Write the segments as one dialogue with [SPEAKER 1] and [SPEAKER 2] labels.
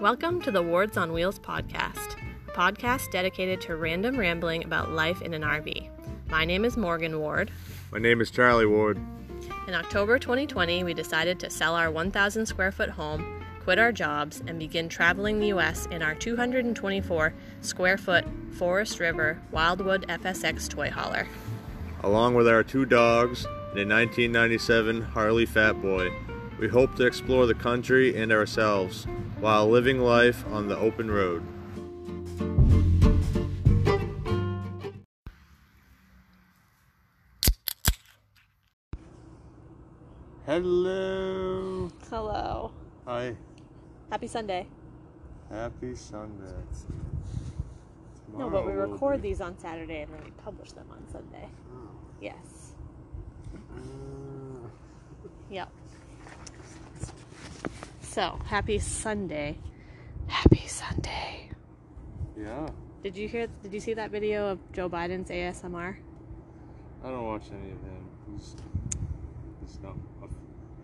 [SPEAKER 1] Welcome to the Wards on Wheels podcast, a podcast dedicated to random rambling about life in an RV. My name is Morgan Ward.
[SPEAKER 2] My name is Charlie Ward.
[SPEAKER 1] In October 2020, we decided to sell our 1,000 square foot home, quit our jobs, and begin traveling the U.S. in our 224 square foot Forest River Wildwood FSX toy hauler.
[SPEAKER 2] Along with our two dogs and a 1997 Harley Fat Boy, we hope to explore the country and ourselves while living life on the open road. Hello.
[SPEAKER 1] Hello.
[SPEAKER 2] Hi.
[SPEAKER 1] Happy Sunday.
[SPEAKER 2] Happy Sunday.
[SPEAKER 1] No, but we
[SPEAKER 2] Oh,
[SPEAKER 1] record these on Saturday and then we publish them on Sunday. Yes. Yep. So, happy Sunday. Happy Sunday.
[SPEAKER 2] Yeah.
[SPEAKER 1] Did you hear did you see that video of Joe Biden's ASMR?
[SPEAKER 2] I don't watch any of him. He's, he's not. a-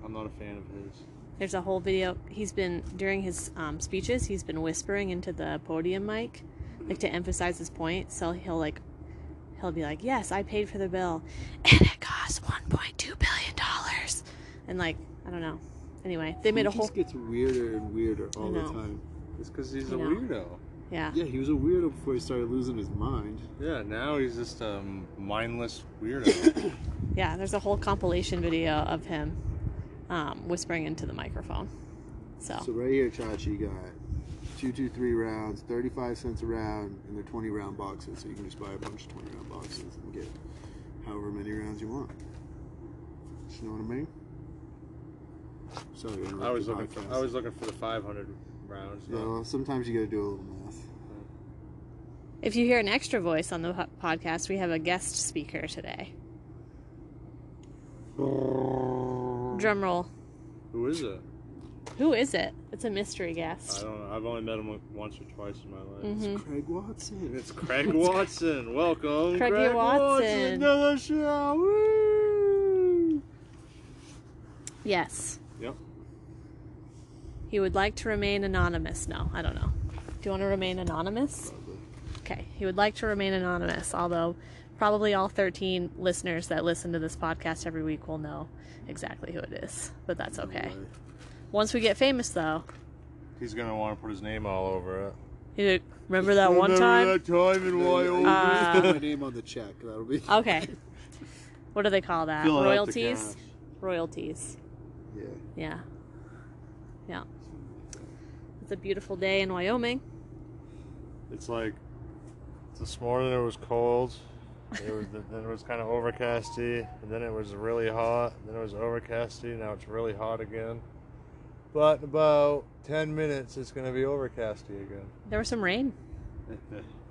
[SPEAKER 2] I'm not a fan of his.
[SPEAKER 1] There's a whole video he's been during his um, speeches, he's been whispering into the podium mic like to emphasize his point. So he'll like he'll be like, "Yes, I paid for the bill and it cost 1.2 billion dollars." And like, I don't know. Anyway, they made a
[SPEAKER 2] he
[SPEAKER 1] whole
[SPEAKER 2] just gets weirder and weirder all the
[SPEAKER 1] know.
[SPEAKER 2] time. It's because he's
[SPEAKER 1] I
[SPEAKER 2] a
[SPEAKER 1] know.
[SPEAKER 2] weirdo.
[SPEAKER 1] yeah.
[SPEAKER 3] Yeah, he was a weirdo before he started losing his mind.
[SPEAKER 2] Yeah, now he's just a mindless weirdo.
[SPEAKER 1] Yeah, there's a whole compilation video of him um, whispering into the microphone. So,
[SPEAKER 3] So right here, Chachi got two, two, three rounds, thirty-five cents a round, and they're twenty-round boxes. So you can just buy a bunch of twenty-round boxes and get however many rounds you want. You know what I mean? Sorry,
[SPEAKER 2] I was
[SPEAKER 3] interrupt
[SPEAKER 2] looking.
[SPEAKER 3] the
[SPEAKER 2] For, I
[SPEAKER 3] podcast.
[SPEAKER 2] was looking for the 500 rounds.
[SPEAKER 3] Yeah, well, sometimes you got to do a little math.
[SPEAKER 1] if you hear an extra voice on the ho- podcast, we have a guest speaker today. Drum roll.
[SPEAKER 2] Who is it?
[SPEAKER 1] Who is it? It's a mystery
[SPEAKER 2] I
[SPEAKER 1] guest.
[SPEAKER 2] don't know. I've only met him like, once or twice in my life.
[SPEAKER 1] Mhm.
[SPEAKER 3] Craig Watson.
[SPEAKER 2] It's Craig Watson. Welcome,
[SPEAKER 1] Craigie
[SPEAKER 2] Craig
[SPEAKER 1] Watson.
[SPEAKER 2] Watson. to the show. Woo!
[SPEAKER 1] Yes.
[SPEAKER 2] Yep.
[SPEAKER 1] He would like to remain anonymous. No, I don't know. Do you want to remain anonymous?
[SPEAKER 3] Probably.
[SPEAKER 1] Okay. He would like to remain anonymous, although probably all 13 listeners that listen to this podcast every week will know exactly who it is. But that's okay.
[SPEAKER 3] Anyway,
[SPEAKER 1] Once we get famous, though,
[SPEAKER 2] He's gonna want to put his name all over it.
[SPEAKER 1] you remember that one
[SPEAKER 2] Remember
[SPEAKER 1] time?
[SPEAKER 2] That time in Wyoming.
[SPEAKER 1] Uh,
[SPEAKER 3] Put my name on the check. That'll be.
[SPEAKER 1] Okay. What do they call that?
[SPEAKER 2] Fill out the
[SPEAKER 1] Royalties?
[SPEAKER 2] cash.
[SPEAKER 1] Royalties.
[SPEAKER 3] Yeah.
[SPEAKER 1] Yeah. Yeah. It's a beautiful day in Wyoming.
[SPEAKER 2] It's like this morning it was cold. It was then it was kind of overcasty, and then it was really hot. and Then it was overcasty. Now it's really hot again. But in about ten minutes, it's going to be overcasty again.
[SPEAKER 1] There was some rain.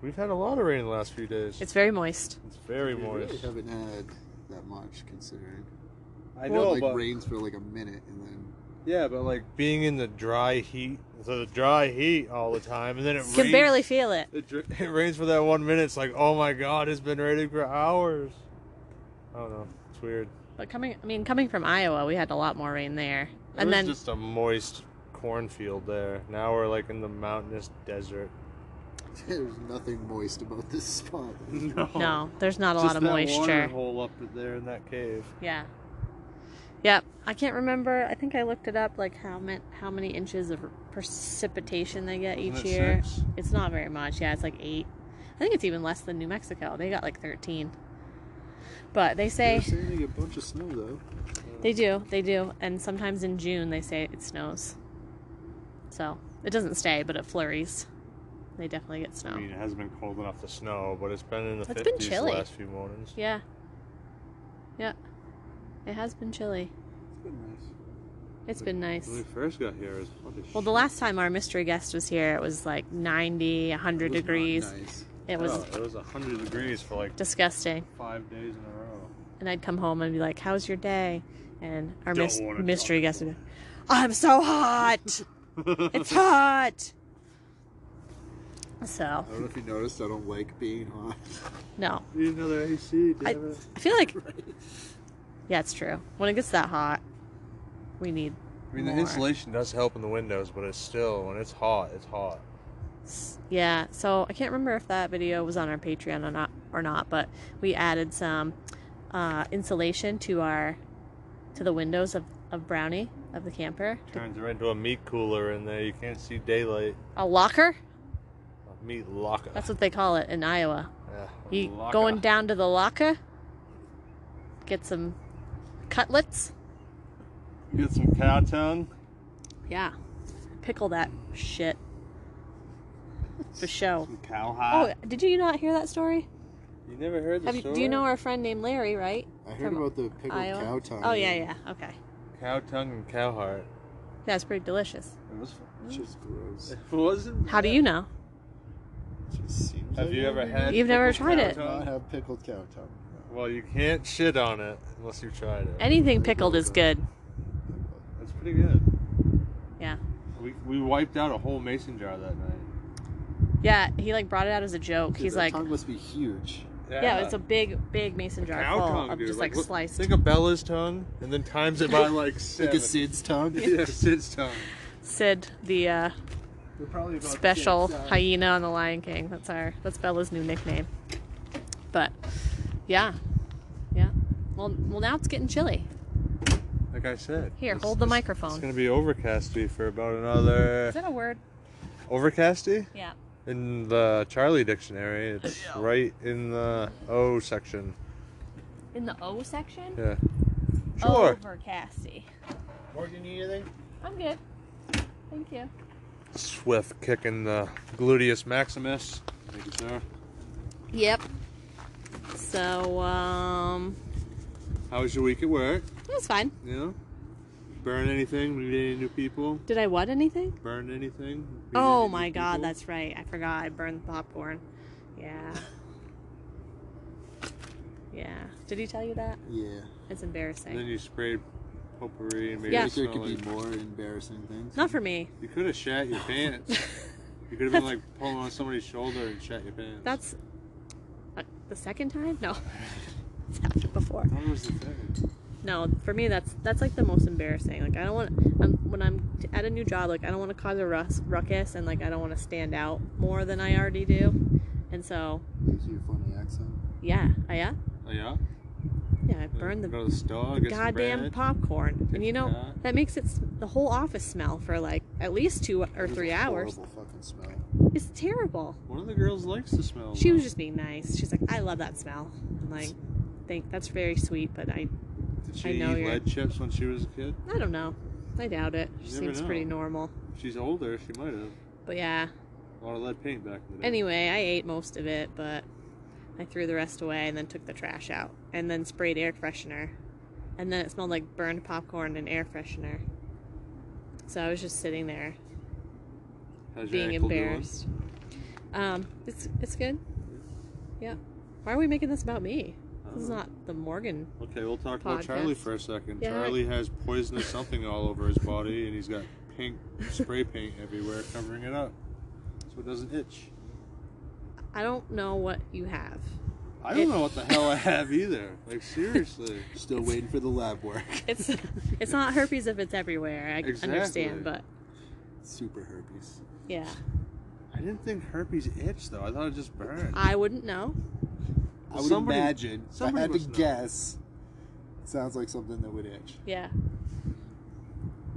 [SPEAKER 2] We've had a lot of rain the last few days.
[SPEAKER 1] It's very moist.
[SPEAKER 2] It's very
[SPEAKER 3] We really
[SPEAKER 2] moist.
[SPEAKER 3] haven't had that much considering.
[SPEAKER 2] I
[SPEAKER 3] It,
[SPEAKER 2] know,
[SPEAKER 3] like
[SPEAKER 2] but
[SPEAKER 3] rains for like a minute and then
[SPEAKER 2] yeah, but like being in the dry heat, so the dry heat all the time, and then it
[SPEAKER 1] You can
[SPEAKER 2] rains-
[SPEAKER 1] barely feel it.
[SPEAKER 2] It, dr- it rains for that one minute. It's like, oh my god, it's been raining for hours. I don't know. It's weird.
[SPEAKER 1] But coming, I mean, coming from Iowa, we had a lot more rain there. And then,
[SPEAKER 2] just a moist cornfield there. Now we're like in the mountainous desert.
[SPEAKER 3] There's nothing moist about this spot.
[SPEAKER 2] No,
[SPEAKER 1] no, there's not a lot of moisture.
[SPEAKER 2] hole up there in that cave.
[SPEAKER 1] Yeah. Yep. I can't remember. I think I looked it up, like how many how many inches of precipitation they get each
[SPEAKER 2] Isn't it
[SPEAKER 1] year.
[SPEAKER 2] six?
[SPEAKER 1] It's not very much. Yeah, it's like eight. I think it's even less than New Mexico. They got like thirteen. But they
[SPEAKER 3] They were
[SPEAKER 1] say
[SPEAKER 3] saying they get a bunch of snow though.
[SPEAKER 1] they do, they do, and sometimes in June they say it snows. So it doesn't stay, but it flurries. They definitely get
[SPEAKER 2] I
[SPEAKER 1] snow.
[SPEAKER 2] mean, it hasn't been cold enough to snow, but it's been in the
[SPEAKER 1] It's been
[SPEAKER 2] 50s
[SPEAKER 1] chilly.
[SPEAKER 2] the last few mornings.
[SPEAKER 1] Yeah. Yeah. It has been chilly.
[SPEAKER 3] It's been nice.
[SPEAKER 1] It's been nice.
[SPEAKER 2] When we first got here, it was fucking
[SPEAKER 1] Well, the last time our mystery guest was here, it was like 90, 100 degrees.
[SPEAKER 3] Nice.
[SPEAKER 1] It was
[SPEAKER 2] oh, it was 100 degrees for like
[SPEAKER 1] disgusting.
[SPEAKER 2] five days in a row.
[SPEAKER 1] And I'd come home and be like, How's your day? And our
[SPEAKER 2] Don't
[SPEAKER 1] mys-
[SPEAKER 2] wanna
[SPEAKER 1] mystery
[SPEAKER 2] talk.
[SPEAKER 1] guest would be, I'm so hot. it's hot. So,
[SPEAKER 3] I don't know if you noticed, I don't like being hot.
[SPEAKER 1] no.
[SPEAKER 2] Need another AC, damn
[SPEAKER 1] I,
[SPEAKER 2] it.
[SPEAKER 1] I feel like,
[SPEAKER 3] Right?
[SPEAKER 1] yeah, it's true. When it gets that hot, we need
[SPEAKER 2] I mean, the
[SPEAKER 1] more.
[SPEAKER 2] insulation does help in the windows, but it's still when it's hot, it's hot.
[SPEAKER 1] S- Yeah, so I can't remember if that video was on our Patreon or not, or not, but we added some uh, insulation to our to the windows of of Brownie of the camper.
[SPEAKER 2] Turns right into a meat cooler in there. You can't see daylight.
[SPEAKER 1] A locker?
[SPEAKER 2] A meat locker.
[SPEAKER 1] That's what they call it in Iowa.
[SPEAKER 2] yeah, a
[SPEAKER 1] You
[SPEAKER 2] locker.
[SPEAKER 1] going down to the locker? Get some cutlets?
[SPEAKER 2] Get some cow tongue.
[SPEAKER 1] Yeah. Pickle that shit. For show.
[SPEAKER 3] Some cow
[SPEAKER 1] Oh, did you not hear that story?
[SPEAKER 2] You never heard
[SPEAKER 1] Oh,
[SPEAKER 2] the
[SPEAKER 1] Have you,
[SPEAKER 2] story?
[SPEAKER 1] do you know our friend named Larry, right?
[SPEAKER 3] I heard
[SPEAKER 1] from
[SPEAKER 3] about the pickled
[SPEAKER 1] Iowa?
[SPEAKER 3] cow tongue.
[SPEAKER 1] Oh, yeah, yeah. Okay.
[SPEAKER 2] cow tongue and cow heart?
[SPEAKER 1] That's pretty delicious.
[SPEAKER 2] It was.
[SPEAKER 3] It's just gross.
[SPEAKER 2] It wasn't.
[SPEAKER 1] How do you know?
[SPEAKER 3] It just seems
[SPEAKER 2] Have
[SPEAKER 3] like
[SPEAKER 2] you ever
[SPEAKER 3] everything.
[SPEAKER 2] had?
[SPEAKER 1] You've never
[SPEAKER 2] pickled
[SPEAKER 1] tried
[SPEAKER 2] cow
[SPEAKER 1] it.
[SPEAKER 3] I
[SPEAKER 2] tongue?
[SPEAKER 3] have pickled cow tongue.
[SPEAKER 2] Well, you can't shit on it unless you've tried it.
[SPEAKER 1] Anything pickled is good.
[SPEAKER 2] That's pretty good.
[SPEAKER 1] Yeah.
[SPEAKER 2] We, we wiped out a whole mason jar that night.
[SPEAKER 1] Yeah, he like brought it out as a joke.
[SPEAKER 3] Dude,
[SPEAKER 1] He's
[SPEAKER 3] that
[SPEAKER 1] like,
[SPEAKER 3] tongue must be huge.
[SPEAKER 1] yeah, it's a big, big mason jar
[SPEAKER 2] cow
[SPEAKER 1] full
[SPEAKER 2] tongue,
[SPEAKER 1] of
[SPEAKER 2] dude.
[SPEAKER 1] just like,
[SPEAKER 2] look-
[SPEAKER 1] sliced.
[SPEAKER 2] Think of Bella's tongue, and then times it by like
[SPEAKER 3] Like
[SPEAKER 2] seven.
[SPEAKER 3] a Sid's tongue.
[SPEAKER 2] yeah, Sid's tongue.
[SPEAKER 1] Sid, the uh,
[SPEAKER 3] They're probably about
[SPEAKER 1] special
[SPEAKER 3] the uh, same size.
[SPEAKER 1] hyena on the Lion King. That's our that's Bella's new nickname. But yeah, yeah. Well, well, now it's getting chilly.
[SPEAKER 2] Like I said.
[SPEAKER 1] Here,
[SPEAKER 2] it's-
[SPEAKER 1] hold the
[SPEAKER 2] it's-
[SPEAKER 1] microphone.
[SPEAKER 2] It's gonna be overcasty for about another
[SPEAKER 1] Is that a word?
[SPEAKER 2] overcasty
[SPEAKER 1] Yeah.
[SPEAKER 2] in the Charlie dictionary. It's right in the O section.
[SPEAKER 1] In the O section.
[SPEAKER 2] Yeah.
[SPEAKER 1] Oh.
[SPEAKER 2] Sure.
[SPEAKER 1] Overcasty.
[SPEAKER 3] Morgan, you need anything?
[SPEAKER 1] I'm good. Thank you.
[SPEAKER 2] Swift kicking the gluteus maximus. Thank you, sir.
[SPEAKER 1] Yep. So um,
[SPEAKER 2] How was your week at work?
[SPEAKER 1] that's fine.
[SPEAKER 2] Yeah. Burn anything? Meet any new people?
[SPEAKER 1] Did I what anything?
[SPEAKER 2] Burn anything? Meet any
[SPEAKER 1] Oh
[SPEAKER 2] new
[SPEAKER 1] my god,
[SPEAKER 2] people?
[SPEAKER 1] that's right. I forgot. I burned the popcorn. Yeah. Yeah. Did he tell you that?
[SPEAKER 3] Yeah.
[SPEAKER 1] It's
[SPEAKER 2] And then
[SPEAKER 1] embarrassing.
[SPEAKER 2] you sprayed potpourri and made
[SPEAKER 1] Yeah.
[SPEAKER 2] it
[SPEAKER 3] Like there
[SPEAKER 2] smell
[SPEAKER 3] could
[SPEAKER 2] like...
[SPEAKER 3] be more embarrassing things.
[SPEAKER 1] Not for me.
[SPEAKER 2] You could have shat your pants. You could have been like pulling on somebody's shoulder and shat your pants.
[SPEAKER 1] That's uh, the second time. No, it's happened before.
[SPEAKER 2] That was the thing.
[SPEAKER 1] No, for me that's that's like the most embarrassing. Like I don't want I'm, when I'm t- at a new job. Like I don't want to cause a rus- ruckus and like I don't want to stand out more than I already do. And so
[SPEAKER 3] Gives you a funny accent.
[SPEAKER 1] yeah, I, yeah,
[SPEAKER 2] Oh, yeah?
[SPEAKER 1] yeah. I burned the
[SPEAKER 2] Go to the store, get some
[SPEAKER 1] goddamn
[SPEAKER 2] bread.
[SPEAKER 1] popcorn, and you
[SPEAKER 2] some
[SPEAKER 1] know
[SPEAKER 2] pot.
[SPEAKER 1] that makes it s- the whole office smell for like at least two or
[SPEAKER 3] It is
[SPEAKER 1] three
[SPEAKER 3] a
[SPEAKER 1] hours.
[SPEAKER 3] Horrible fucking smell.
[SPEAKER 1] It's terrible.
[SPEAKER 2] One of the girls likes the smell.
[SPEAKER 1] She
[SPEAKER 2] though.
[SPEAKER 1] was just being nice. She's like, I love that smell. I'm like, think that's very sweet, but I
[SPEAKER 2] Did she
[SPEAKER 1] I know
[SPEAKER 2] eat
[SPEAKER 1] you're-
[SPEAKER 2] lead chips when she was a kid?
[SPEAKER 1] I don't know. I doubt it. She
[SPEAKER 2] You never
[SPEAKER 1] seems
[SPEAKER 2] know.
[SPEAKER 1] pretty normal.
[SPEAKER 2] She's older. She might have.
[SPEAKER 1] But yeah.
[SPEAKER 2] A lot of lead paint back in the day.
[SPEAKER 1] Anyway, I ate most of it, but I threw the rest away and then took the trash out and then sprayed air freshener. And then it smelled like burned popcorn and air freshener. So I was just sitting there
[SPEAKER 2] How's your
[SPEAKER 1] being
[SPEAKER 2] ankle doing?
[SPEAKER 1] embarrassed. Um, it's it's good. Yeah. Why are we making this about me? This is
[SPEAKER 2] Uh,
[SPEAKER 1] not the Morgan.
[SPEAKER 2] Okay, we'll talk about Charlie
[SPEAKER 1] podcast.
[SPEAKER 2] for a second.
[SPEAKER 1] Yeah.
[SPEAKER 2] Charlie has poisonous something all over his body, and he's got pink spray paint everywhere covering it up, so it doesn't itch.
[SPEAKER 1] I don't know what you have.
[SPEAKER 2] I don't know what the hell I have either. Like seriously,
[SPEAKER 3] Still waiting for the lab work.
[SPEAKER 1] It's it's not herpes if it's everywhere. I
[SPEAKER 2] Exactly.
[SPEAKER 1] understand, but
[SPEAKER 3] Super herpes.
[SPEAKER 1] yeah.
[SPEAKER 2] I didn't think herpes itch though. I thought it just burned.
[SPEAKER 1] I wouldn't know.
[SPEAKER 3] I would
[SPEAKER 2] Somebody-
[SPEAKER 3] imagine. If I
[SPEAKER 2] somebody
[SPEAKER 3] had to
[SPEAKER 2] must know.
[SPEAKER 3] guess. Sounds like something that would itch.
[SPEAKER 1] Yeah.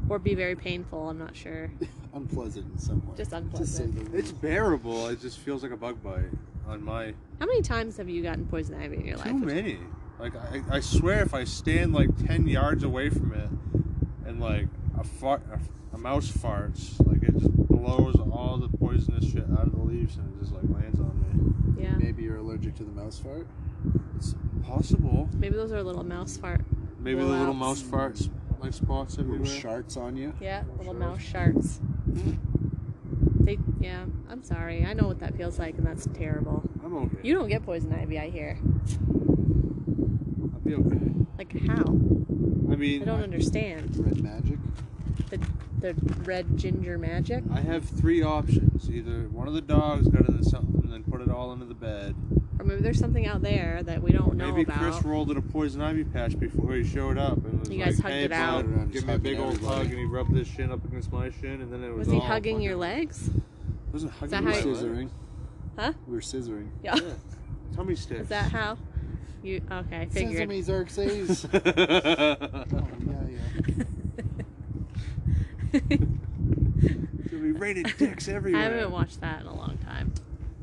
[SPEAKER 1] Or be very painful, I'm not sure.
[SPEAKER 3] Unpleasant in some way.
[SPEAKER 1] Just
[SPEAKER 3] To say
[SPEAKER 1] unpleasant.
[SPEAKER 3] the least.
[SPEAKER 2] It's bearable. It just feels like a bug bite on my
[SPEAKER 1] How many times have you gotten poison ivy in your life?
[SPEAKER 2] too many. Like I, I swear, if I stand like ten yards away from it, and like a fart, a, a mouse farts, like it just blows all the poisonous shit out of the leaves and it just like lands on
[SPEAKER 1] Yeah.
[SPEAKER 3] Maybe you're allergic to the mouse fart.
[SPEAKER 2] me. Possible.
[SPEAKER 1] Maybe those are little mouse fart.
[SPEAKER 2] Maybe the little mouse
[SPEAKER 1] Blowouts.
[SPEAKER 2] farts like spots
[SPEAKER 3] Little
[SPEAKER 2] everywhere.
[SPEAKER 3] sharts on you.
[SPEAKER 1] Yeah, little
[SPEAKER 2] sharts.
[SPEAKER 1] mouse sharts. They yeah, I'm sorry. I know what that feels like and that's terrible.
[SPEAKER 2] I'm okay.
[SPEAKER 1] You don't get poison ivy, I hear.
[SPEAKER 2] I'll be okay.
[SPEAKER 1] Like how?
[SPEAKER 2] I
[SPEAKER 1] I
[SPEAKER 2] mean,
[SPEAKER 1] don't understand.
[SPEAKER 3] Red magic.
[SPEAKER 1] The red ginger magic?
[SPEAKER 2] I have three options. Either one of the dogs got into something and then put it all under the bed,
[SPEAKER 1] Or maybe there's something out there that we don't know
[SPEAKER 2] Maybe
[SPEAKER 1] about.
[SPEAKER 2] Chris rolled in a poison ivy patch before he showed up, and was
[SPEAKER 1] You
[SPEAKER 2] like,
[SPEAKER 1] guys hugged
[SPEAKER 2] "Hey,
[SPEAKER 1] it out."
[SPEAKER 2] bud,
[SPEAKER 3] Everyone
[SPEAKER 2] give
[SPEAKER 3] just
[SPEAKER 2] me a big
[SPEAKER 3] hugging
[SPEAKER 2] old hug,"
[SPEAKER 3] everybody.
[SPEAKER 2] and he rubbed his shin up against my shin, and then it was.
[SPEAKER 1] was he
[SPEAKER 2] all
[SPEAKER 1] hugging your
[SPEAKER 2] fucking-
[SPEAKER 1] legs?
[SPEAKER 2] Wasn't hugging.
[SPEAKER 1] that
[SPEAKER 2] my
[SPEAKER 1] how you-
[SPEAKER 2] leg.
[SPEAKER 3] scissoring.
[SPEAKER 1] Huh?
[SPEAKER 3] We were scissoring.
[SPEAKER 1] Yeah.
[SPEAKER 2] Yeah. Tummy sticks.
[SPEAKER 1] Is that how? You okay? I Figured.
[SPEAKER 3] Sesame Xerxes. oh, yeah, yeah.
[SPEAKER 2] Gonna be rated dicks
[SPEAKER 1] I
[SPEAKER 2] everywhere.
[SPEAKER 1] haven't watched that in a long time.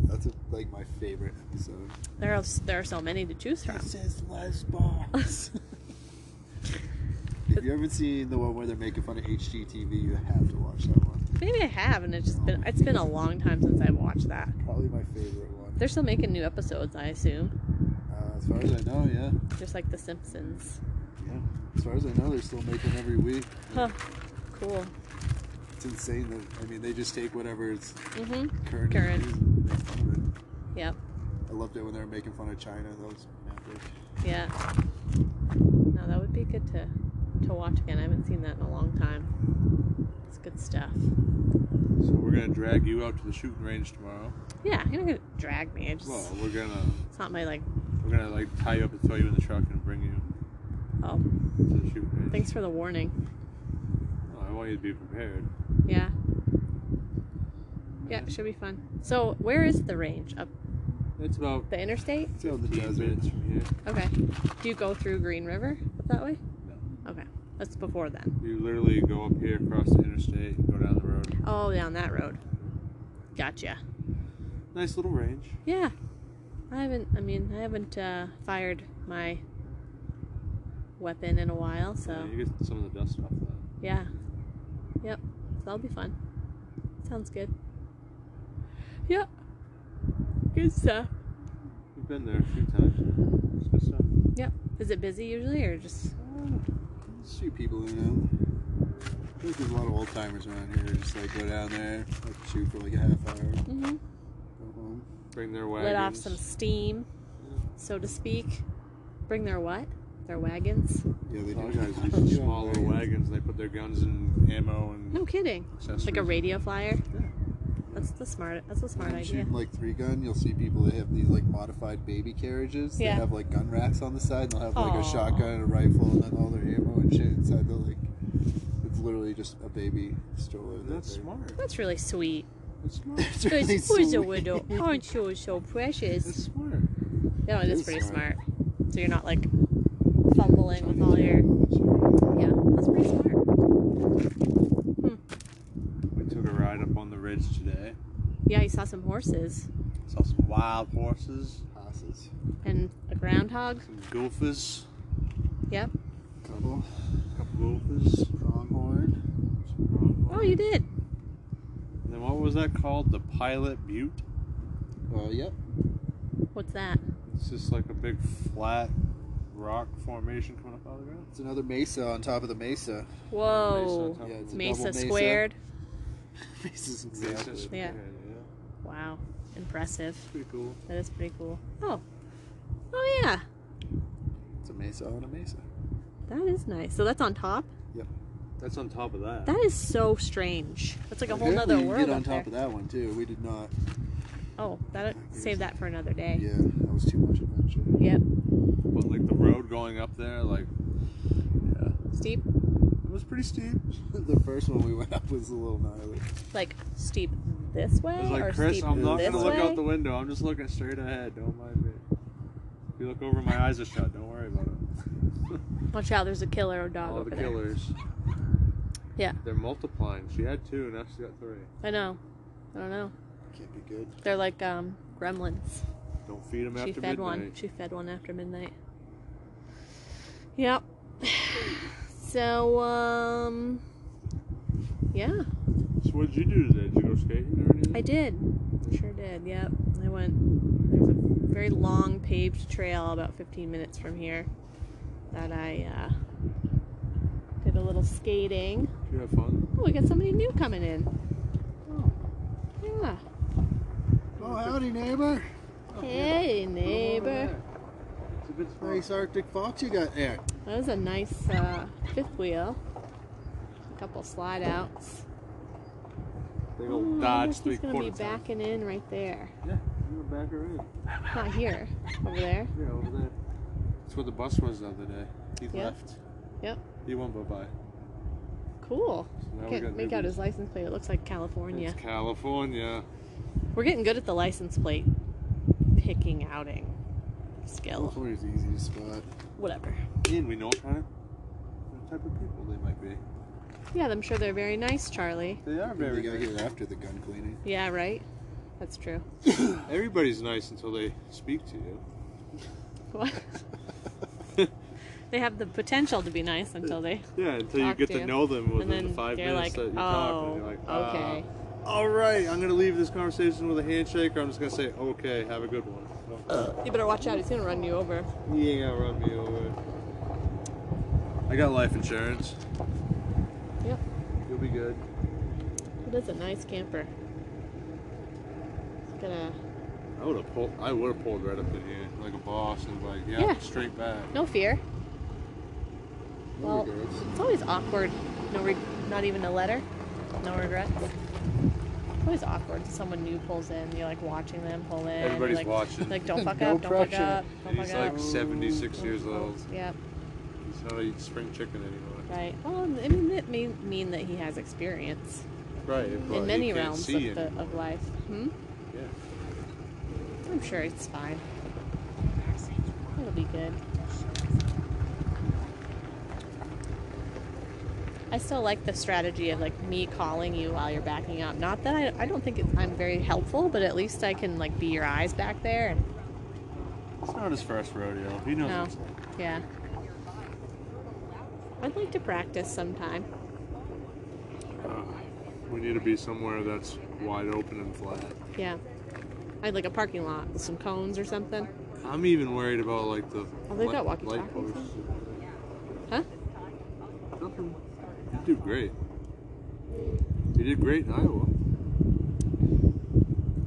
[SPEAKER 3] That's a, like my favorite episode.
[SPEAKER 1] There are there are so many to choose from.
[SPEAKER 3] This is Les Boss. if you haven't seen the one where they're making fun of HGTV, you have to watch that one.
[SPEAKER 1] Maybe I have, and it's just been it's been a long time since I've watched that.
[SPEAKER 3] Probably my favorite one.
[SPEAKER 1] They're still making new episodes, I assume,
[SPEAKER 3] Uh, as far as I know, yeah.
[SPEAKER 1] just like The Simpsons.
[SPEAKER 3] As far as I know, they're still making every week.
[SPEAKER 1] Huh. Cool.
[SPEAKER 3] It's insane that I mean they just take whatever is
[SPEAKER 1] Mm-hmm.
[SPEAKER 3] current.
[SPEAKER 1] Current.
[SPEAKER 3] news and make fun of it.
[SPEAKER 1] Yep.
[SPEAKER 3] I loved it when they were making fun of China. That was epic.
[SPEAKER 1] Yeah. No, that would be good to to watch again. I haven't seen that in a long time. It's good stuff.
[SPEAKER 2] So we're gonna drag you out to the shooting range tomorrow.
[SPEAKER 1] Yeah, you're not gonna drag me. I just
[SPEAKER 2] Well, we're gonna
[SPEAKER 1] it's not my like.
[SPEAKER 2] we're gonna like tie you up and throw you in the truck and bring you
[SPEAKER 1] Oh,
[SPEAKER 2] to the shooting range.
[SPEAKER 1] thanks for the warning.
[SPEAKER 2] No, I want you to be prepared.
[SPEAKER 1] Yeah. Yeah, should be fun. So, where is the range up
[SPEAKER 2] It's about
[SPEAKER 1] the interstate?
[SPEAKER 3] It's out in the
[SPEAKER 2] 15
[SPEAKER 3] desert.
[SPEAKER 2] minutes from here.
[SPEAKER 1] Okay. Do you go through Green River up that way?
[SPEAKER 2] No.
[SPEAKER 1] Okay. That's before then.
[SPEAKER 2] You literally go up here, cross the interstate, and go down the road.
[SPEAKER 1] Oh, down that road. Gotcha.
[SPEAKER 2] Nice little range.
[SPEAKER 1] Yeah. I haven't I mean, I haven't uh, fired my weapon in a while,
[SPEAKER 2] Yeah,
[SPEAKER 1] so
[SPEAKER 2] you get some of the dust off that.
[SPEAKER 1] yeah. Yep. So that'll be fun. Sounds good. Yep. Good stuff.
[SPEAKER 2] We've been there a few times. It's good stuff.
[SPEAKER 1] Yep. Is it busy usually or just
[SPEAKER 3] There's a few people in know. I think there's a lot of old timers around here. Just like go down there, like shoot for like a half hour,
[SPEAKER 1] hmm
[SPEAKER 3] go home.
[SPEAKER 2] Bring their wagons.
[SPEAKER 1] let off some steam, so to speak? Bring their what? Their wagons?
[SPEAKER 3] Yeah, they
[SPEAKER 2] A lot
[SPEAKER 3] do
[SPEAKER 2] of
[SPEAKER 3] guys.
[SPEAKER 2] guys use
[SPEAKER 3] used to do
[SPEAKER 2] small
[SPEAKER 3] it.
[SPEAKER 2] little wagons. and They put their guns and ammo and
[SPEAKER 1] No kidding.
[SPEAKER 2] accessories.
[SPEAKER 1] Like a radio flyer.
[SPEAKER 3] Yeah.
[SPEAKER 1] That's the smart. That's a smart
[SPEAKER 3] When you
[SPEAKER 1] idea.
[SPEAKER 3] shoot like three gun, you'll see people that have these like modified baby carriages.
[SPEAKER 1] Yeah.
[SPEAKER 3] They have like gun racks on the side, and they'll have like
[SPEAKER 1] Aw.
[SPEAKER 3] a shotgun and a rifle, and then all their ammo and shit inside the like. It's literally just a baby stroller. that
[SPEAKER 2] That's
[SPEAKER 3] they-
[SPEAKER 2] smart.
[SPEAKER 1] That's really sweet.
[SPEAKER 2] That's smart.
[SPEAKER 3] It's
[SPEAKER 1] Because
[SPEAKER 3] really
[SPEAKER 1] who's a
[SPEAKER 3] sweet.
[SPEAKER 1] widow? Aren't you so
[SPEAKER 2] That's
[SPEAKER 1] precious?
[SPEAKER 2] smart.
[SPEAKER 1] No, it is
[SPEAKER 3] is
[SPEAKER 1] pretty
[SPEAKER 3] smart.
[SPEAKER 1] smart. So you're not like fumbling with all your. Yeah, that's pretty smart.
[SPEAKER 2] We took a ride up on the ridge today.
[SPEAKER 1] Yeah, you saw some horses
[SPEAKER 2] Saw some wild horses,
[SPEAKER 3] Passes.
[SPEAKER 1] and a groundhog.
[SPEAKER 2] some gophers,
[SPEAKER 1] Yep.
[SPEAKER 3] Couple.
[SPEAKER 2] a couple gophers.
[SPEAKER 3] Pronghorn.
[SPEAKER 2] some pronghorn.
[SPEAKER 1] Oh, you did.
[SPEAKER 2] And then what was that called? The Pilot Butte.
[SPEAKER 3] Uh, yep.
[SPEAKER 1] What's that?
[SPEAKER 2] It's just like a big flat rock formation coming up out of the ground.
[SPEAKER 3] It's another mesa on top of the mesa.
[SPEAKER 1] Whoa.
[SPEAKER 2] Mesa,
[SPEAKER 3] Yeah, it's a
[SPEAKER 1] Mesa,
[SPEAKER 3] double mesa.
[SPEAKER 1] squared.
[SPEAKER 3] Mesa's
[SPEAKER 2] Mesa
[SPEAKER 3] exactly.
[SPEAKER 2] Square,
[SPEAKER 1] Yeah. Wow, impressive.
[SPEAKER 2] Pretty cool.
[SPEAKER 1] That is pretty cool. Oh. Oh yeah,
[SPEAKER 3] It's a mesa on a mesa.
[SPEAKER 1] that is nice. So that's on top.
[SPEAKER 2] That's on top of that.
[SPEAKER 1] That is so strange. That's like a whole
[SPEAKER 3] Apparently
[SPEAKER 1] nother
[SPEAKER 3] you can
[SPEAKER 1] world.
[SPEAKER 3] Get on
[SPEAKER 1] up
[SPEAKER 3] top
[SPEAKER 1] there.
[SPEAKER 3] of that one too. We did not.
[SPEAKER 1] Oh, that save that for another day.
[SPEAKER 3] Yeah, that was too much adventure.
[SPEAKER 1] Yep.
[SPEAKER 2] But like the road going up there, like yeah,
[SPEAKER 1] Steep,
[SPEAKER 2] it was pretty steep.
[SPEAKER 3] the first one we went up was a little gnarly.
[SPEAKER 1] like steep this way
[SPEAKER 2] I was
[SPEAKER 1] or
[SPEAKER 2] like, Chris,
[SPEAKER 1] steep
[SPEAKER 2] I'm not
[SPEAKER 1] this
[SPEAKER 2] gonna look
[SPEAKER 1] way.
[SPEAKER 2] out the window. I'm just looking straight ahead. Don't mind me. If you look over, my eyes are shut. Don't worry about it.
[SPEAKER 1] Watch out, there's a killer dog
[SPEAKER 2] All
[SPEAKER 1] over
[SPEAKER 2] the
[SPEAKER 1] there.
[SPEAKER 2] killers.
[SPEAKER 1] Yeah.
[SPEAKER 2] They're multiplying. She had two, now she got three.
[SPEAKER 1] I know. I don't know.
[SPEAKER 3] Can't be good.
[SPEAKER 1] They're like um, gremlins.
[SPEAKER 2] Don't feed them
[SPEAKER 1] she
[SPEAKER 2] after
[SPEAKER 1] fed
[SPEAKER 2] midnight.
[SPEAKER 1] one. She fed one after midnight. Yep. So um, yeah.
[SPEAKER 2] So what did you do today? Did you go skating or anything?
[SPEAKER 1] I did. I sure did. Yep. I went. There's a very long paved trail about 15 minutes from here that I uh, did a little skating.
[SPEAKER 2] Did you have fun?
[SPEAKER 1] Oh, we got somebody new coming in.
[SPEAKER 2] Oh.
[SPEAKER 1] Yeah.
[SPEAKER 3] Oh, howdy, neighbor.
[SPEAKER 2] Oh,
[SPEAKER 1] Hey,
[SPEAKER 2] Over
[SPEAKER 1] neighbor.
[SPEAKER 2] there. It's a bit small.
[SPEAKER 3] Nice Arctic fox you got there.
[SPEAKER 1] That was a nice uh, fifth wheel. A couple slide outs.
[SPEAKER 2] Big
[SPEAKER 1] Oh, I
[SPEAKER 2] old
[SPEAKER 1] wonder
[SPEAKER 2] Dodge
[SPEAKER 1] if he's
[SPEAKER 2] three
[SPEAKER 1] gonna be
[SPEAKER 2] quarter ton.
[SPEAKER 1] backing in right there.
[SPEAKER 2] Yeah, you're eh?
[SPEAKER 3] back already.
[SPEAKER 1] Not here. Over there.
[SPEAKER 3] Yeah, over there.
[SPEAKER 2] That's where the bus was the other day. He
[SPEAKER 1] Yeah.
[SPEAKER 2] left.
[SPEAKER 1] Yep.
[SPEAKER 2] He went bye bye.
[SPEAKER 1] Cool.
[SPEAKER 2] So now we
[SPEAKER 1] Can't
[SPEAKER 2] got
[SPEAKER 1] make out
[SPEAKER 2] Ubers.
[SPEAKER 1] his license plate. It looks like California.
[SPEAKER 2] It's California.
[SPEAKER 1] We're getting good at the license plate picking outing skill.
[SPEAKER 3] California's the easiest spot.
[SPEAKER 1] Whatever.
[SPEAKER 2] And we know what kind of what type of people they might be.
[SPEAKER 1] Yeah, I'm sure they're very nice, Charlie.
[SPEAKER 2] They are
[SPEAKER 3] They
[SPEAKER 2] very
[SPEAKER 3] got
[SPEAKER 2] nice.
[SPEAKER 3] here after the gun cleaning.
[SPEAKER 1] Yeah, right? That's true.
[SPEAKER 2] Everybody's nice until they speak to you.
[SPEAKER 1] What? they have the potential to be nice until they.
[SPEAKER 2] Yeah, until
[SPEAKER 1] Talk
[SPEAKER 2] you
[SPEAKER 1] to
[SPEAKER 2] get to
[SPEAKER 1] you.
[SPEAKER 2] know them
[SPEAKER 1] And
[SPEAKER 2] within the
[SPEAKER 1] then
[SPEAKER 2] five
[SPEAKER 1] they're
[SPEAKER 2] minutes
[SPEAKER 1] like,
[SPEAKER 2] that you talk,
[SPEAKER 1] oh,
[SPEAKER 2] and you're like,
[SPEAKER 1] okay.
[SPEAKER 2] "Uh, all right, I'm gonna leave this conversation with a handshake, or I'm just gonna say, okay, have a good one.
[SPEAKER 1] You better watch out. He's going to run you over.
[SPEAKER 2] Yeah, run me over. I got life insurance.
[SPEAKER 1] Yep.
[SPEAKER 2] You'll be good.
[SPEAKER 1] It is a nice camper. It's gonna.
[SPEAKER 2] I would have pulled. I would have pulled right up in here like a boss, and like, yeah,
[SPEAKER 1] Yeah.
[SPEAKER 2] straight back.
[SPEAKER 1] No fear.
[SPEAKER 3] No
[SPEAKER 1] Well-
[SPEAKER 3] regrets.
[SPEAKER 1] It's always awkward. No, re- not even a letter. No regrets. It's always awkward. when Someone new pulls in. You're like watching them pull in. you're
[SPEAKER 2] Everybody's
[SPEAKER 1] like,
[SPEAKER 2] watching.
[SPEAKER 1] Like don't fuck
[SPEAKER 3] No
[SPEAKER 1] up. Don't fuck
[SPEAKER 3] pressure.
[SPEAKER 1] up. Don't
[SPEAKER 2] And
[SPEAKER 1] fuck
[SPEAKER 2] he's
[SPEAKER 1] up.
[SPEAKER 2] like 76 years old.
[SPEAKER 1] Yep.
[SPEAKER 2] He's not eating spring chicken anymore.
[SPEAKER 1] Right. Well, I mean that may mean that he has experience
[SPEAKER 2] Right.
[SPEAKER 1] in many realms of, the, of life. Hmm.
[SPEAKER 2] Yeah.
[SPEAKER 1] I'm sure it's fine. It'll be good. I still like the strategy of like me calling you while you're backing up. Not that I, I don't think it, I'm very helpful, but at least I can like be your eyes back there. And
[SPEAKER 2] It's not his first rodeo. He knows.
[SPEAKER 1] No.
[SPEAKER 2] What it's like.
[SPEAKER 1] yeah, I'd like to practice sometime.
[SPEAKER 2] Uh, we need to be somewhere that's wide open and flat.
[SPEAKER 1] Yeah, I'd like a parking lot with some cones or something.
[SPEAKER 2] I'm even worried about like the
[SPEAKER 1] Oh, they've got
[SPEAKER 2] light, light
[SPEAKER 1] walkie-talkies,
[SPEAKER 2] posts.
[SPEAKER 1] Huh?
[SPEAKER 2] Nothing. You did great. You did great in Iowa.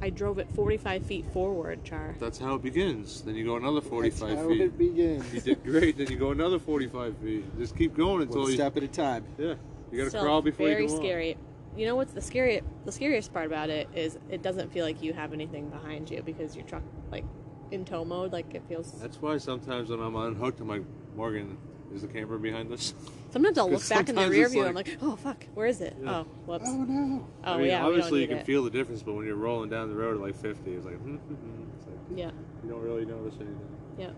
[SPEAKER 1] I drove it 45 feet forward, Char.
[SPEAKER 2] That's how it begins. Then you go another 45
[SPEAKER 3] That's how
[SPEAKER 2] feet.
[SPEAKER 3] it begins.
[SPEAKER 2] You did great. Then you go another 45 feet. Just keep going until
[SPEAKER 3] One
[SPEAKER 2] you.
[SPEAKER 3] step at a time.
[SPEAKER 2] Yeah. You gotta
[SPEAKER 1] Still
[SPEAKER 2] crawl before
[SPEAKER 1] very
[SPEAKER 2] you can walk.
[SPEAKER 1] scary. You know what's the scary? The scariest part about it is it doesn't feel like you have anything behind you because your truck like in tow mode. Like it feels.
[SPEAKER 2] That's why sometimes when I'm unhooked, I'm like, Morgan, is the camera behind us?
[SPEAKER 1] Sometimes I'll look
[SPEAKER 2] 'cause
[SPEAKER 1] back in the
[SPEAKER 2] sometimes
[SPEAKER 1] rear
[SPEAKER 2] it's
[SPEAKER 1] view.
[SPEAKER 2] like-
[SPEAKER 1] I'm like, oh fuck, where is it?
[SPEAKER 2] Yeah.
[SPEAKER 1] Oh, whoops.
[SPEAKER 3] Oh no.
[SPEAKER 1] Oh
[SPEAKER 2] I mean,
[SPEAKER 1] yeah,
[SPEAKER 2] obviously
[SPEAKER 1] we
[SPEAKER 2] you
[SPEAKER 1] don't
[SPEAKER 2] can
[SPEAKER 1] need
[SPEAKER 2] feel the difference, but when you're rolling down the road at like 50, it's like, it's like
[SPEAKER 1] it. Yeah,
[SPEAKER 2] you don't really notice anything.
[SPEAKER 1] yeah.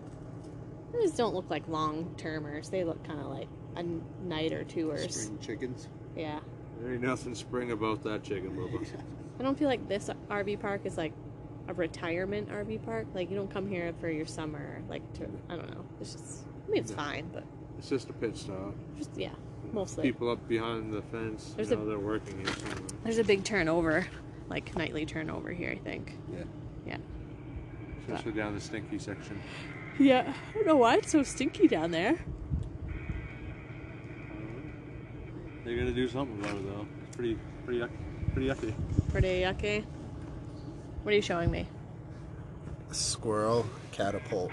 [SPEAKER 1] These don't look like long termers. They look kind of like a n- night or twoers.
[SPEAKER 3] Spring chickens.
[SPEAKER 1] Yeah.
[SPEAKER 2] There ain't nothing spring about that chicken, Bubba.
[SPEAKER 1] I don't feel like this RV park is like a retirement RV park. Like you don't come here for your summer. Like to I don't know. It's just I mean it's
[SPEAKER 2] No.
[SPEAKER 1] fine, but
[SPEAKER 2] It's just a pit stop.
[SPEAKER 1] just yeah, mostly.
[SPEAKER 2] People up behind the fence,
[SPEAKER 1] There's a-
[SPEAKER 2] you know, they're working here somewhere.
[SPEAKER 1] There's a big turnover, like nightly turnover here. I think.
[SPEAKER 2] Yeah.
[SPEAKER 1] Yeah.
[SPEAKER 2] Especially down the stinky section.
[SPEAKER 1] Yeah. I don't know why it's so stinky down there.
[SPEAKER 2] They gotta do something about it though. It's pretty, pretty, yuck, pretty yucky.
[SPEAKER 1] Pretty yucky. What are you showing me?
[SPEAKER 3] Squirrel catapult.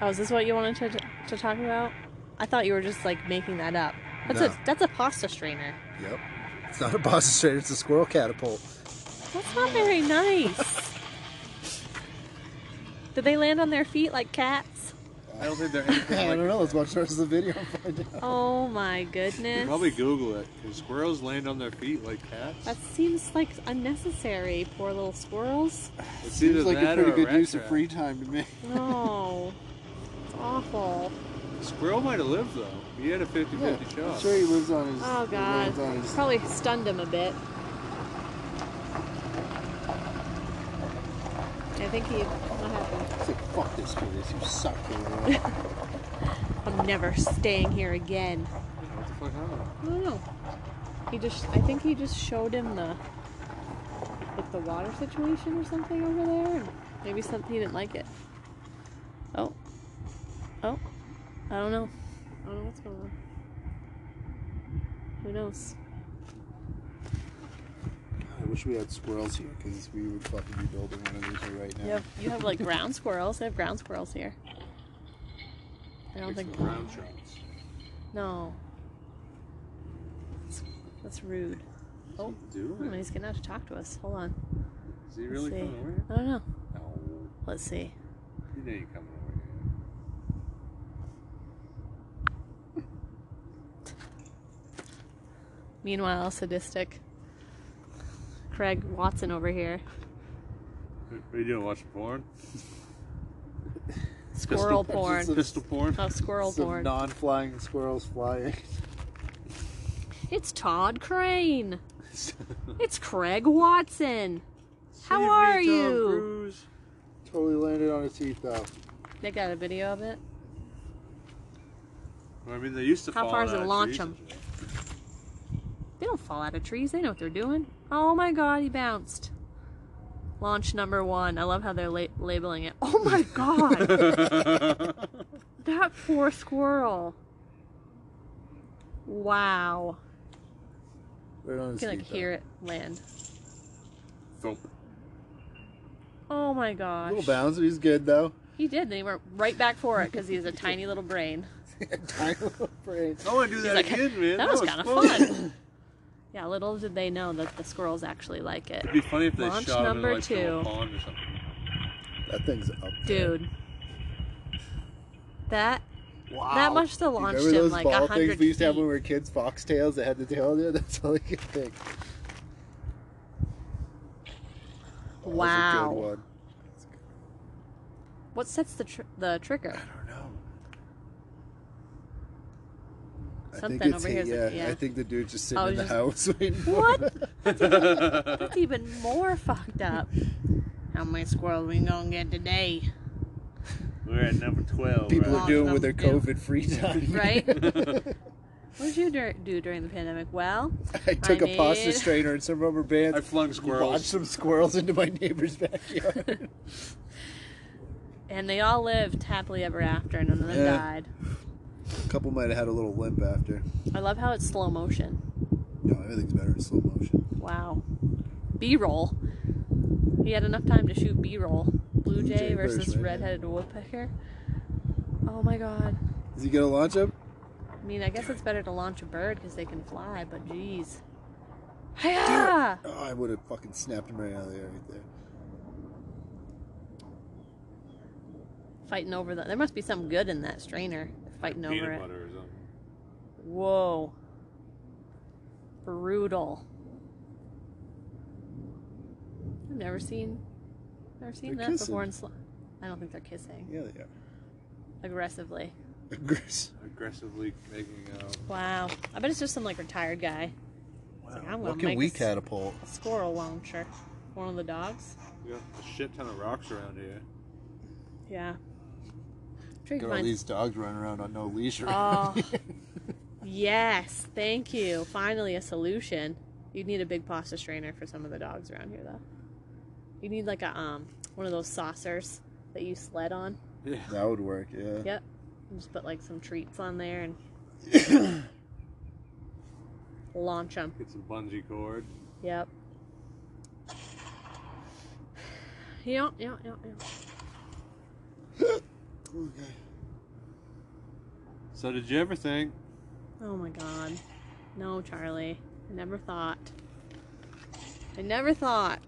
[SPEAKER 1] Oh, is this what you wanted to, to talk about? I thought you were just like making that up. That's
[SPEAKER 3] No.
[SPEAKER 1] a that's a pasta strainer.
[SPEAKER 3] Yep. It's not a Boston strainer, it's a squirrel catapult.
[SPEAKER 1] That's not very nice. Did they land on their feet like cats?
[SPEAKER 2] I don't think they're anything
[SPEAKER 3] I
[SPEAKER 2] like
[SPEAKER 3] don't know. Let's watch the rest of the video and find out.
[SPEAKER 1] Oh my
[SPEAKER 2] You
[SPEAKER 1] goodness.
[SPEAKER 2] could probably Google it. Can squirrels land on their feet like cats?
[SPEAKER 1] That seems like unnecessary, poor little squirrels.
[SPEAKER 2] it's
[SPEAKER 3] Seems like a
[SPEAKER 2] that
[SPEAKER 3] pretty
[SPEAKER 2] or
[SPEAKER 3] good
[SPEAKER 2] rat
[SPEAKER 3] use of
[SPEAKER 2] trap.
[SPEAKER 3] free time to me.
[SPEAKER 1] No. it's awful. Oh,
[SPEAKER 2] Squirrel might have lived though. He had a 50 50
[SPEAKER 3] I'm
[SPEAKER 2] shot.
[SPEAKER 3] sure he lives on his.
[SPEAKER 1] Oh god.
[SPEAKER 3] runs on his-
[SPEAKER 1] Probably stunned him a bit. I think he what happened?
[SPEAKER 3] He's like, fuck this place. You suck. Squirrel."
[SPEAKER 1] I'm never staying here again.
[SPEAKER 2] What the fuck happened?
[SPEAKER 1] I don't know. He just I think he just showed him the like the water situation or something over there and maybe something he didn't like it. Oh. Oh. I don't know. I don't know what's going on. Who knows?
[SPEAKER 3] I wish we had squirrels here because we would fucking be building one of these here right now.
[SPEAKER 1] You have you have like ground squirrels. They have ground squirrels here. I don't think
[SPEAKER 2] Round shots.
[SPEAKER 1] no. That's, that's rude. Oh,
[SPEAKER 2] Do
[SPEAKER 1] hmm,
[SPEAKER 2] it.
[SPEAKER 1] he's gonna have to talk to us. Hold on.
[SPEAKER 2] Is he
[SPEAKER 1] Let's
[SPEAKER 2] really
[SPEAKER 1] see.
[SPEAKER 2] coming over here?
[SPEAKER 1] I don't know.
[SPEAKER 2] No.
[SPEAKER 1] Let's see.
[SPEAKER 2] You know you're coming over here.
[SPEAKER 1] Meanwhile, sadistic Craig Watson over here.
[SPEAKER 2] What are you doing? Watching porn?
[SPEAKER 1] Squirrel porn.
[SPEAKER 2] Pistol porn?
[SPEAKER 1] Oh, squirrel
[SPEAKER 3] Some
[SPEAKER 1] porn.
[SPEAKER 3] non-flying squirrels flying.
[SPEAKER 1] It's Todd Crane. It's Craig Watson. How are you?
[SPEAKER 3] Totally landed on his teeth though.
[SPEAKER 1] They got a video of it.
[SPEAKER 2] I mean, they used to
[SPEAKER 1] How
[SPEAKER 2] fall
[SPEAKER 1] far does
[SPEAKER 2] out
[SPEAKER 1] it
[SPEAKER 2] of
[SPEAKER 1] launch
[SPEAKER 2] trees
[SPEAKER 1] 'em?
[SPEAKER 2] and shit.
[SPEAKER 1] They don't fall out of trees. They know what they're doing. Oh my god, he bounced. Launch number one. I love how they're la- labeling it. Oh my god, that poor squirrel. Wow.
[SPEAKER 3] Right on
[SPEAKER 1] You
[SPEAKER 3] his
[SPEAKER 1] can like
[SPEAKER 3] teeth, though.
[SPEAKER 1] hear it land.
[SPEAKER 2] Thump.
[SPEAKER 1] Oh my gosh.
[SPEAKER 3] Little bounce. He's good though.
[SPEAKER 1] He did. Then he went right back for it because he has a tiny little brain.
[SPEAKER 3] Tiny little brain.
[SPEAKER 2] I want to do that
[SPEAKER 1] like,
[SPEAKER 2] again, man.
[SPEAKER 1] That was kind of
[SPEAKER 2] kinda
[SPEAKER 1] fun. yeah, little did they know that the squirrels actually like it.
[SPEAKER 2] It'd be funny if they
[SPEAKER 1] Launch
[SPEAKER 2] shot him
[SPEAKER 1] number
[SPEAKER 2] in like a little
[SPEAKER 1] two.
[SPEAKER 2] pond or something.
[SPEAKER 3] That thing's up. there.
[SPEAKER 1] Dude. That
[SPEAKER 3] Wow.
[SPEAKER 1] That must have launched
[SPEAKER 3] Remember
[SPEAKER 1] him
[SPEAKER 3] those
[SPEAKER 1] like
[SPEAKER 3] ball
[SPEAKER 1] 100
[SPEAKER 3] things we used to have
[SPEAKER 1] feet.
[SPEAKER 3] when we were kids? Foxtails that had the tail on it? That's all I could think. That was a good
[SPEAKER 1] Wow.
[SPEAKER 3] one.
[SPEAKER 1] What sets the tr- the trigger?
[SPEAKER 3] I don't know. I
[SPEAKER 1] Something
[SPEAKER 3] think it's
[SPEAKER 1] over here
[SPEAKER 3] him,
[SPEAKER 1] is like-
[SPEAKER 3] yeah,
[SPEAKER 1] yeah.
[SPEAKER 3] I think the dude's just sitting
[SPEAKER 1] Oh,
[SPEAKER 3] in the
[SPEAKER 1] just-
[SPEAKER 3] house waiting for
[SPEAKER 1] What?
[SPEAKER 3] it.
[SPEAKER 1] That's even more fucked up. How many squirrels we gonna get today?
[SPEAKER 2] We're at number 12.
[SPEAKER 3] People
[SPEAKER 2] right?
[SPEAKER 3] are doing with their
[SPEAKER 1] Awesome,
[SPEAKER 3] COVID free time.
[SPEAKER 1] Right? What did you dur- do during the pandemic? Well,
[SPEAKER 3] I took a pasta
[SPEAKER 1] made-
[SPEAKER 3] strainer and some rubber bands.
[SPEAKER 2] I flung
[SPEAKER 3] Watched
[SPEAKER 2] squirrels.
[SPEAKER 3] some squirrels into my neighbor's backyard.
[SPEAKER 1] and they all lived happily ever after, and none of them
[SPEAKER 3] Yeah.
[SPEAKER 1] died.
[SPEAKER 3] a couple might have had a little limp after.
[SPEAKER 1] I love how it's slow motion.
[SPEAKER 3] No, everything's better in slow motion.
[SPEAKER 1] Wow. B roll. He had enough time to shoot B roll. Blue
[SPEAKER 3] Blue
[SPEAKER 1] Jay,
[SPEAKER 3] Jay
[SPEAKER 1] versus
[SPEAKER 3] versus
[SPEAKER 1] red headed woodpecker. Oh my god.
[SPEAKER 3] Is he gonna launch him?
[SPEAKER 1] I mean, I guess it's better to launch a bird because they can fly, but jeez. Hiya!
[SPEAKER 3] Oh, I would have fucking snapped him right out of there right there.
[SPEAKER 1] Fighting over that. There must be some good in that strainer. Fighting over
[SPEAKER 2] Peanut
[SPEAKER 1] it.
[SPEAKER 2] butter or something.
[SPEAKER 1] Whoa. Brutal. I've never seen never seen
[SPEAKER 3] They're
[SPEAKER 1] that
[SPEAKER 3] kissing.
[SPEAKER 1] before in sl- I don't think they're kissing.
[SPEAKER 3] Yeah, they are.
[SPEAKER 1] Aggressively.
[SPEAKER 3] Aggressive.
[SPEAKER 2] Aggressively making uh, out.
[SPEAKER 1] Wow. I bet it's just some like retired guy.
[SPEAKER 3] Wow.
[SPEAKER 1] I'm gonna
[SPEAKER 3] what can
[SPEAKER 1] make
[SPEAKER 3] we
[SPEAKER 1] a s-
[SPEAKER 3] catapult?
[SPEAKER 1] A squirrel launcher. One of the dogs.
[SPEAKER 2] We got a shit ton of rocks around here.
[SPEAKER 1] Yeah. Sure you
[SPEAKER 3] Got
[SPEAKER 1] can
[SPEAKER 3] all
[SPEAKER 1] find-
[SPEAKER 3] these dogs running around on no leash.
[SPEAKER 1] Oh. Yes, thank you. Finally, a solution. You'd need a big pasta strainer for some of the dogs around here, though. You need like a um one of those saucers that you sled on.
[SPEAKER 2] Yeah.
[SPEAKER 3] that would work. Yeah.
[SPEAKER 1] Yep. And just put like some treats on there and launch them.
[SPEAKER 2] Get some bungee cord.
[SPEAKER 1] Yep. Yeah, yeah, yeah, yeah.
[SPEAKER 3] Okay.
[SPEAKER 2] So did you ever think
[SPEAKER 1] Oh my God. No, Charlie. I never thought. I never thought.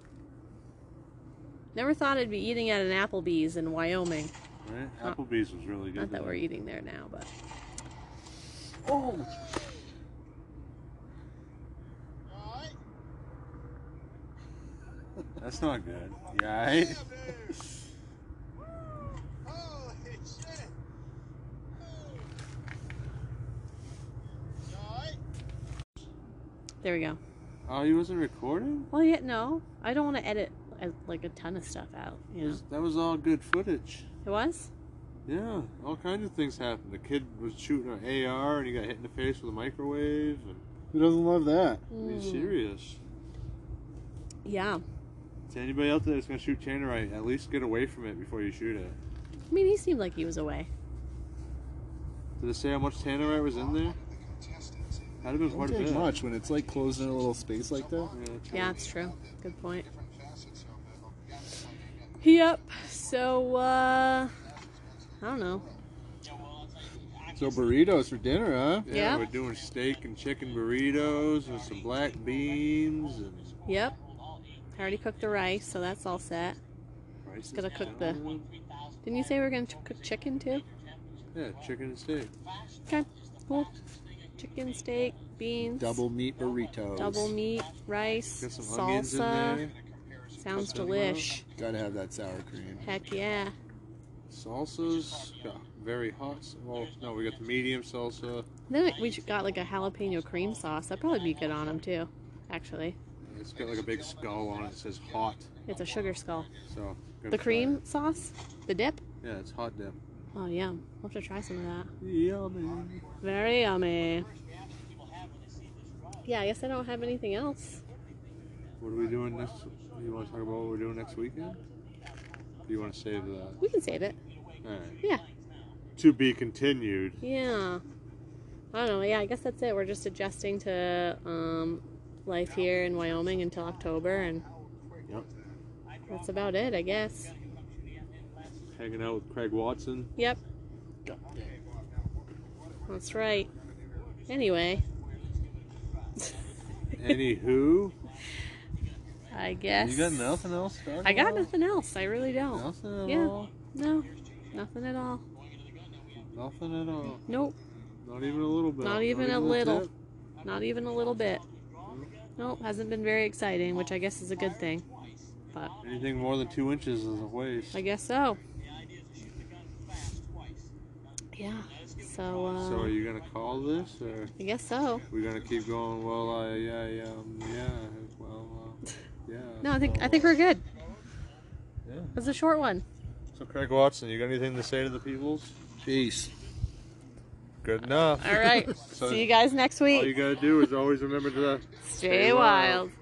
[SPEAKER 1] Never thought I'd be eating at an Applebee's in Wyoming.
[SPEAKER 2] Right? Applebee's was really good.
[SPEAKER 1] Uh, Not that
[SPEAKER 2] today.
[SPEAKER 1] we're eating there now, but
[SPEAKER 3] Oh.
[SPEAKER 2] That's not good. Yeah. Right?
[SPEAKER 1] there we go.
[SPEAKER 2] Oh, you wasn't recording?
[SPEAKER 1] Well, yeah, no, I don't want to edit uh, like a ton of stuff out. You know,
[SPEAKER 2] That was all good footage.
[SPEAKER 1] it was.
[SPEAKER 2] Yeah, all kinds of things happened. The kid was shooting an AR and he got hit in the face with a microwave. And,
[SPEAKER 3] Who doesn't love that?
[SPEAKER 2] I mean,
[SPEAKER 1] Mm.
[SPEAKER 2] serious.
[SPEAKER 1] Yeah,
[SPEAKER 2] To anybody out there that's gonna shoot tannerite, at least get away from it before you shoot it.
[SPEAKER 1] I mean, he seemed like he was away.
[SPEAKER 2] Did it say how much tannerite was in there? That'd have been
[SPEAKER 3] Don't
[SPEAKER 2] quite a
[SPEAKER 3] take
[SPEAKER 2] bit.
[SPEAKER 3] much when it's like closed in a little space like that.
[SPEAKER 2] Yeah.
[SPEAKER 1] Yeah, it's true. Good point. Yep. So, uh, I don't know.
[SPEAKER 3] So burritos for dinner, huh?
[SPEAKER 2] Yeah,
[SPEAKER 1] Yeah.
[SPEAKER 2] we're doing steak and chicken burritos and some black beans and
[SPEAKER 1] Yep. I already cooked the rice, so that's all set.
[SPEAKER 2] rice.
[SPEAKER 1] Gonna
[SPEAKER 2] is
[SPEAKER 1] cook the-
[SPEAKER 2] down.
[SPEAKER 1] Didn't you say we were gonna ch- cook chicken too?
[SPEAKER 2] Yeah, chicken and steak.
[SPEAKER 1] Okay, cool. Chicken, steak, beans,
[SPEAKER 3] Double meat burritos.
[SPEAKER 1] double meat, rice,
[SPEAKER 2] Got some onions in
[SPEAKER 1] salsa.
[SPEAKER 2] there.
[SPEAKER 1] Sounds
[SPEAKER 2] Some, uh,
[SPEAKER 1] delish.
[SPEAKER 3] Gotta have that sour cream.
[SPEAKER 1] Heck yeah.
[SPEAKER 2] Salsas. Got very hot. s- Well, no, we got the medium salsa.
[SPEAKER 1] Then we j- got like a jalapeno cream sauce. That'd probably be good on them too. Actually,
[SPEAKER 2] It's got like a big skull on it. It says hot.
[SPEAKER 1] it's a sugar skull.
[SPEAKER 2] So gonna
[SPEAKER 1] The
[SPEAKER 2] try
[SPEAKER 1] cream sauce, the dip.
[SPEAKER 2] it. Yeah, it's hot dip.
[SPEAKER 1] Oh yeah, we'll have to try some of that.
[SPEAKER 2] Yummy.
[SPEAKER 1] Very yummy. Yeah, I guess I don't have anything else.
[SPEAKER 2] What are we doing next? You want to talk about what we're doing next weekend? Do you want to save that?
[SPEAKER 1] We can save it.
[SPEAKER 2] All right.
[SPEAKER 1] Yeah,
[SPEAKER 4] To be continued.
[SPEAKER 1] yeah. I don't know. Yeah, I guess that's it. We're just adjusting to um, life here in Wyoming until October, and
[SPEAKER 2] Yep.
[SPEAKER 1] that's about it, I guess.
[SPEAKER 2] Hanging out with Craig Watson.
[SPEAKER 1] Yep. That's right. Anyway,
[SPEAKER 2] Anywho,
[SPEAKER 1] I guess.
[SPEAKER 2] you got nothing else? Doug?
[SPEAKER 1] I got nothing else. I really don't.
[SPEAKER 2] Nothing at
[SPEAKER 1] Yeah.
[SPEAKER 2] all.
[SPEAKER 1] No, nothing at all.
[SPEAKER 2] Nothing at all.
[SPEAKER 1] Nope,
[SPEAKER 2] Not even a little bit.
[SPEAKER 1] Not even a little.
[SPEAKER 2] tip.
[SPEAKER 1] not even a little bit. Nope, hasn't been very exciting, which I guess is a good thing. But
[SPEAKER 2] Anything more than two inches is a waste.
[SPEAKER 1] I guess so. Yeah. So, uh,
[SPEAKER 2] so are you gonna call this, or
[SPEAKER 1] I guess so.
[SPEAKER 2] we gonna keep going? Well, I yeah yeah um, yeah. Well, uh, yeah.
[SPEAKER 1] No, I think
[SPEAKER 2] well,
[SPEAKER 1] I think we're good.
[SPEAKER 2] Yeah.
[SPEAKER 1] It was a short one.
[SPEAKER 2] uh,
[SPEAKER 4] So, Craig Watson, you got anything to say to the peoples?
[SPEAKER 3] Peace.
[SPEAKER 4] Good enough.
[SPEAKER 1] All right.
[SPEAKER 2] So-
[SPEAKER 1] See you guys next
[SPEAKER 2] All you
[SPEAKER 1] week.
[SPEAKER 2] gotta do is always remember to.
[SPEAKER 1] Stay wild.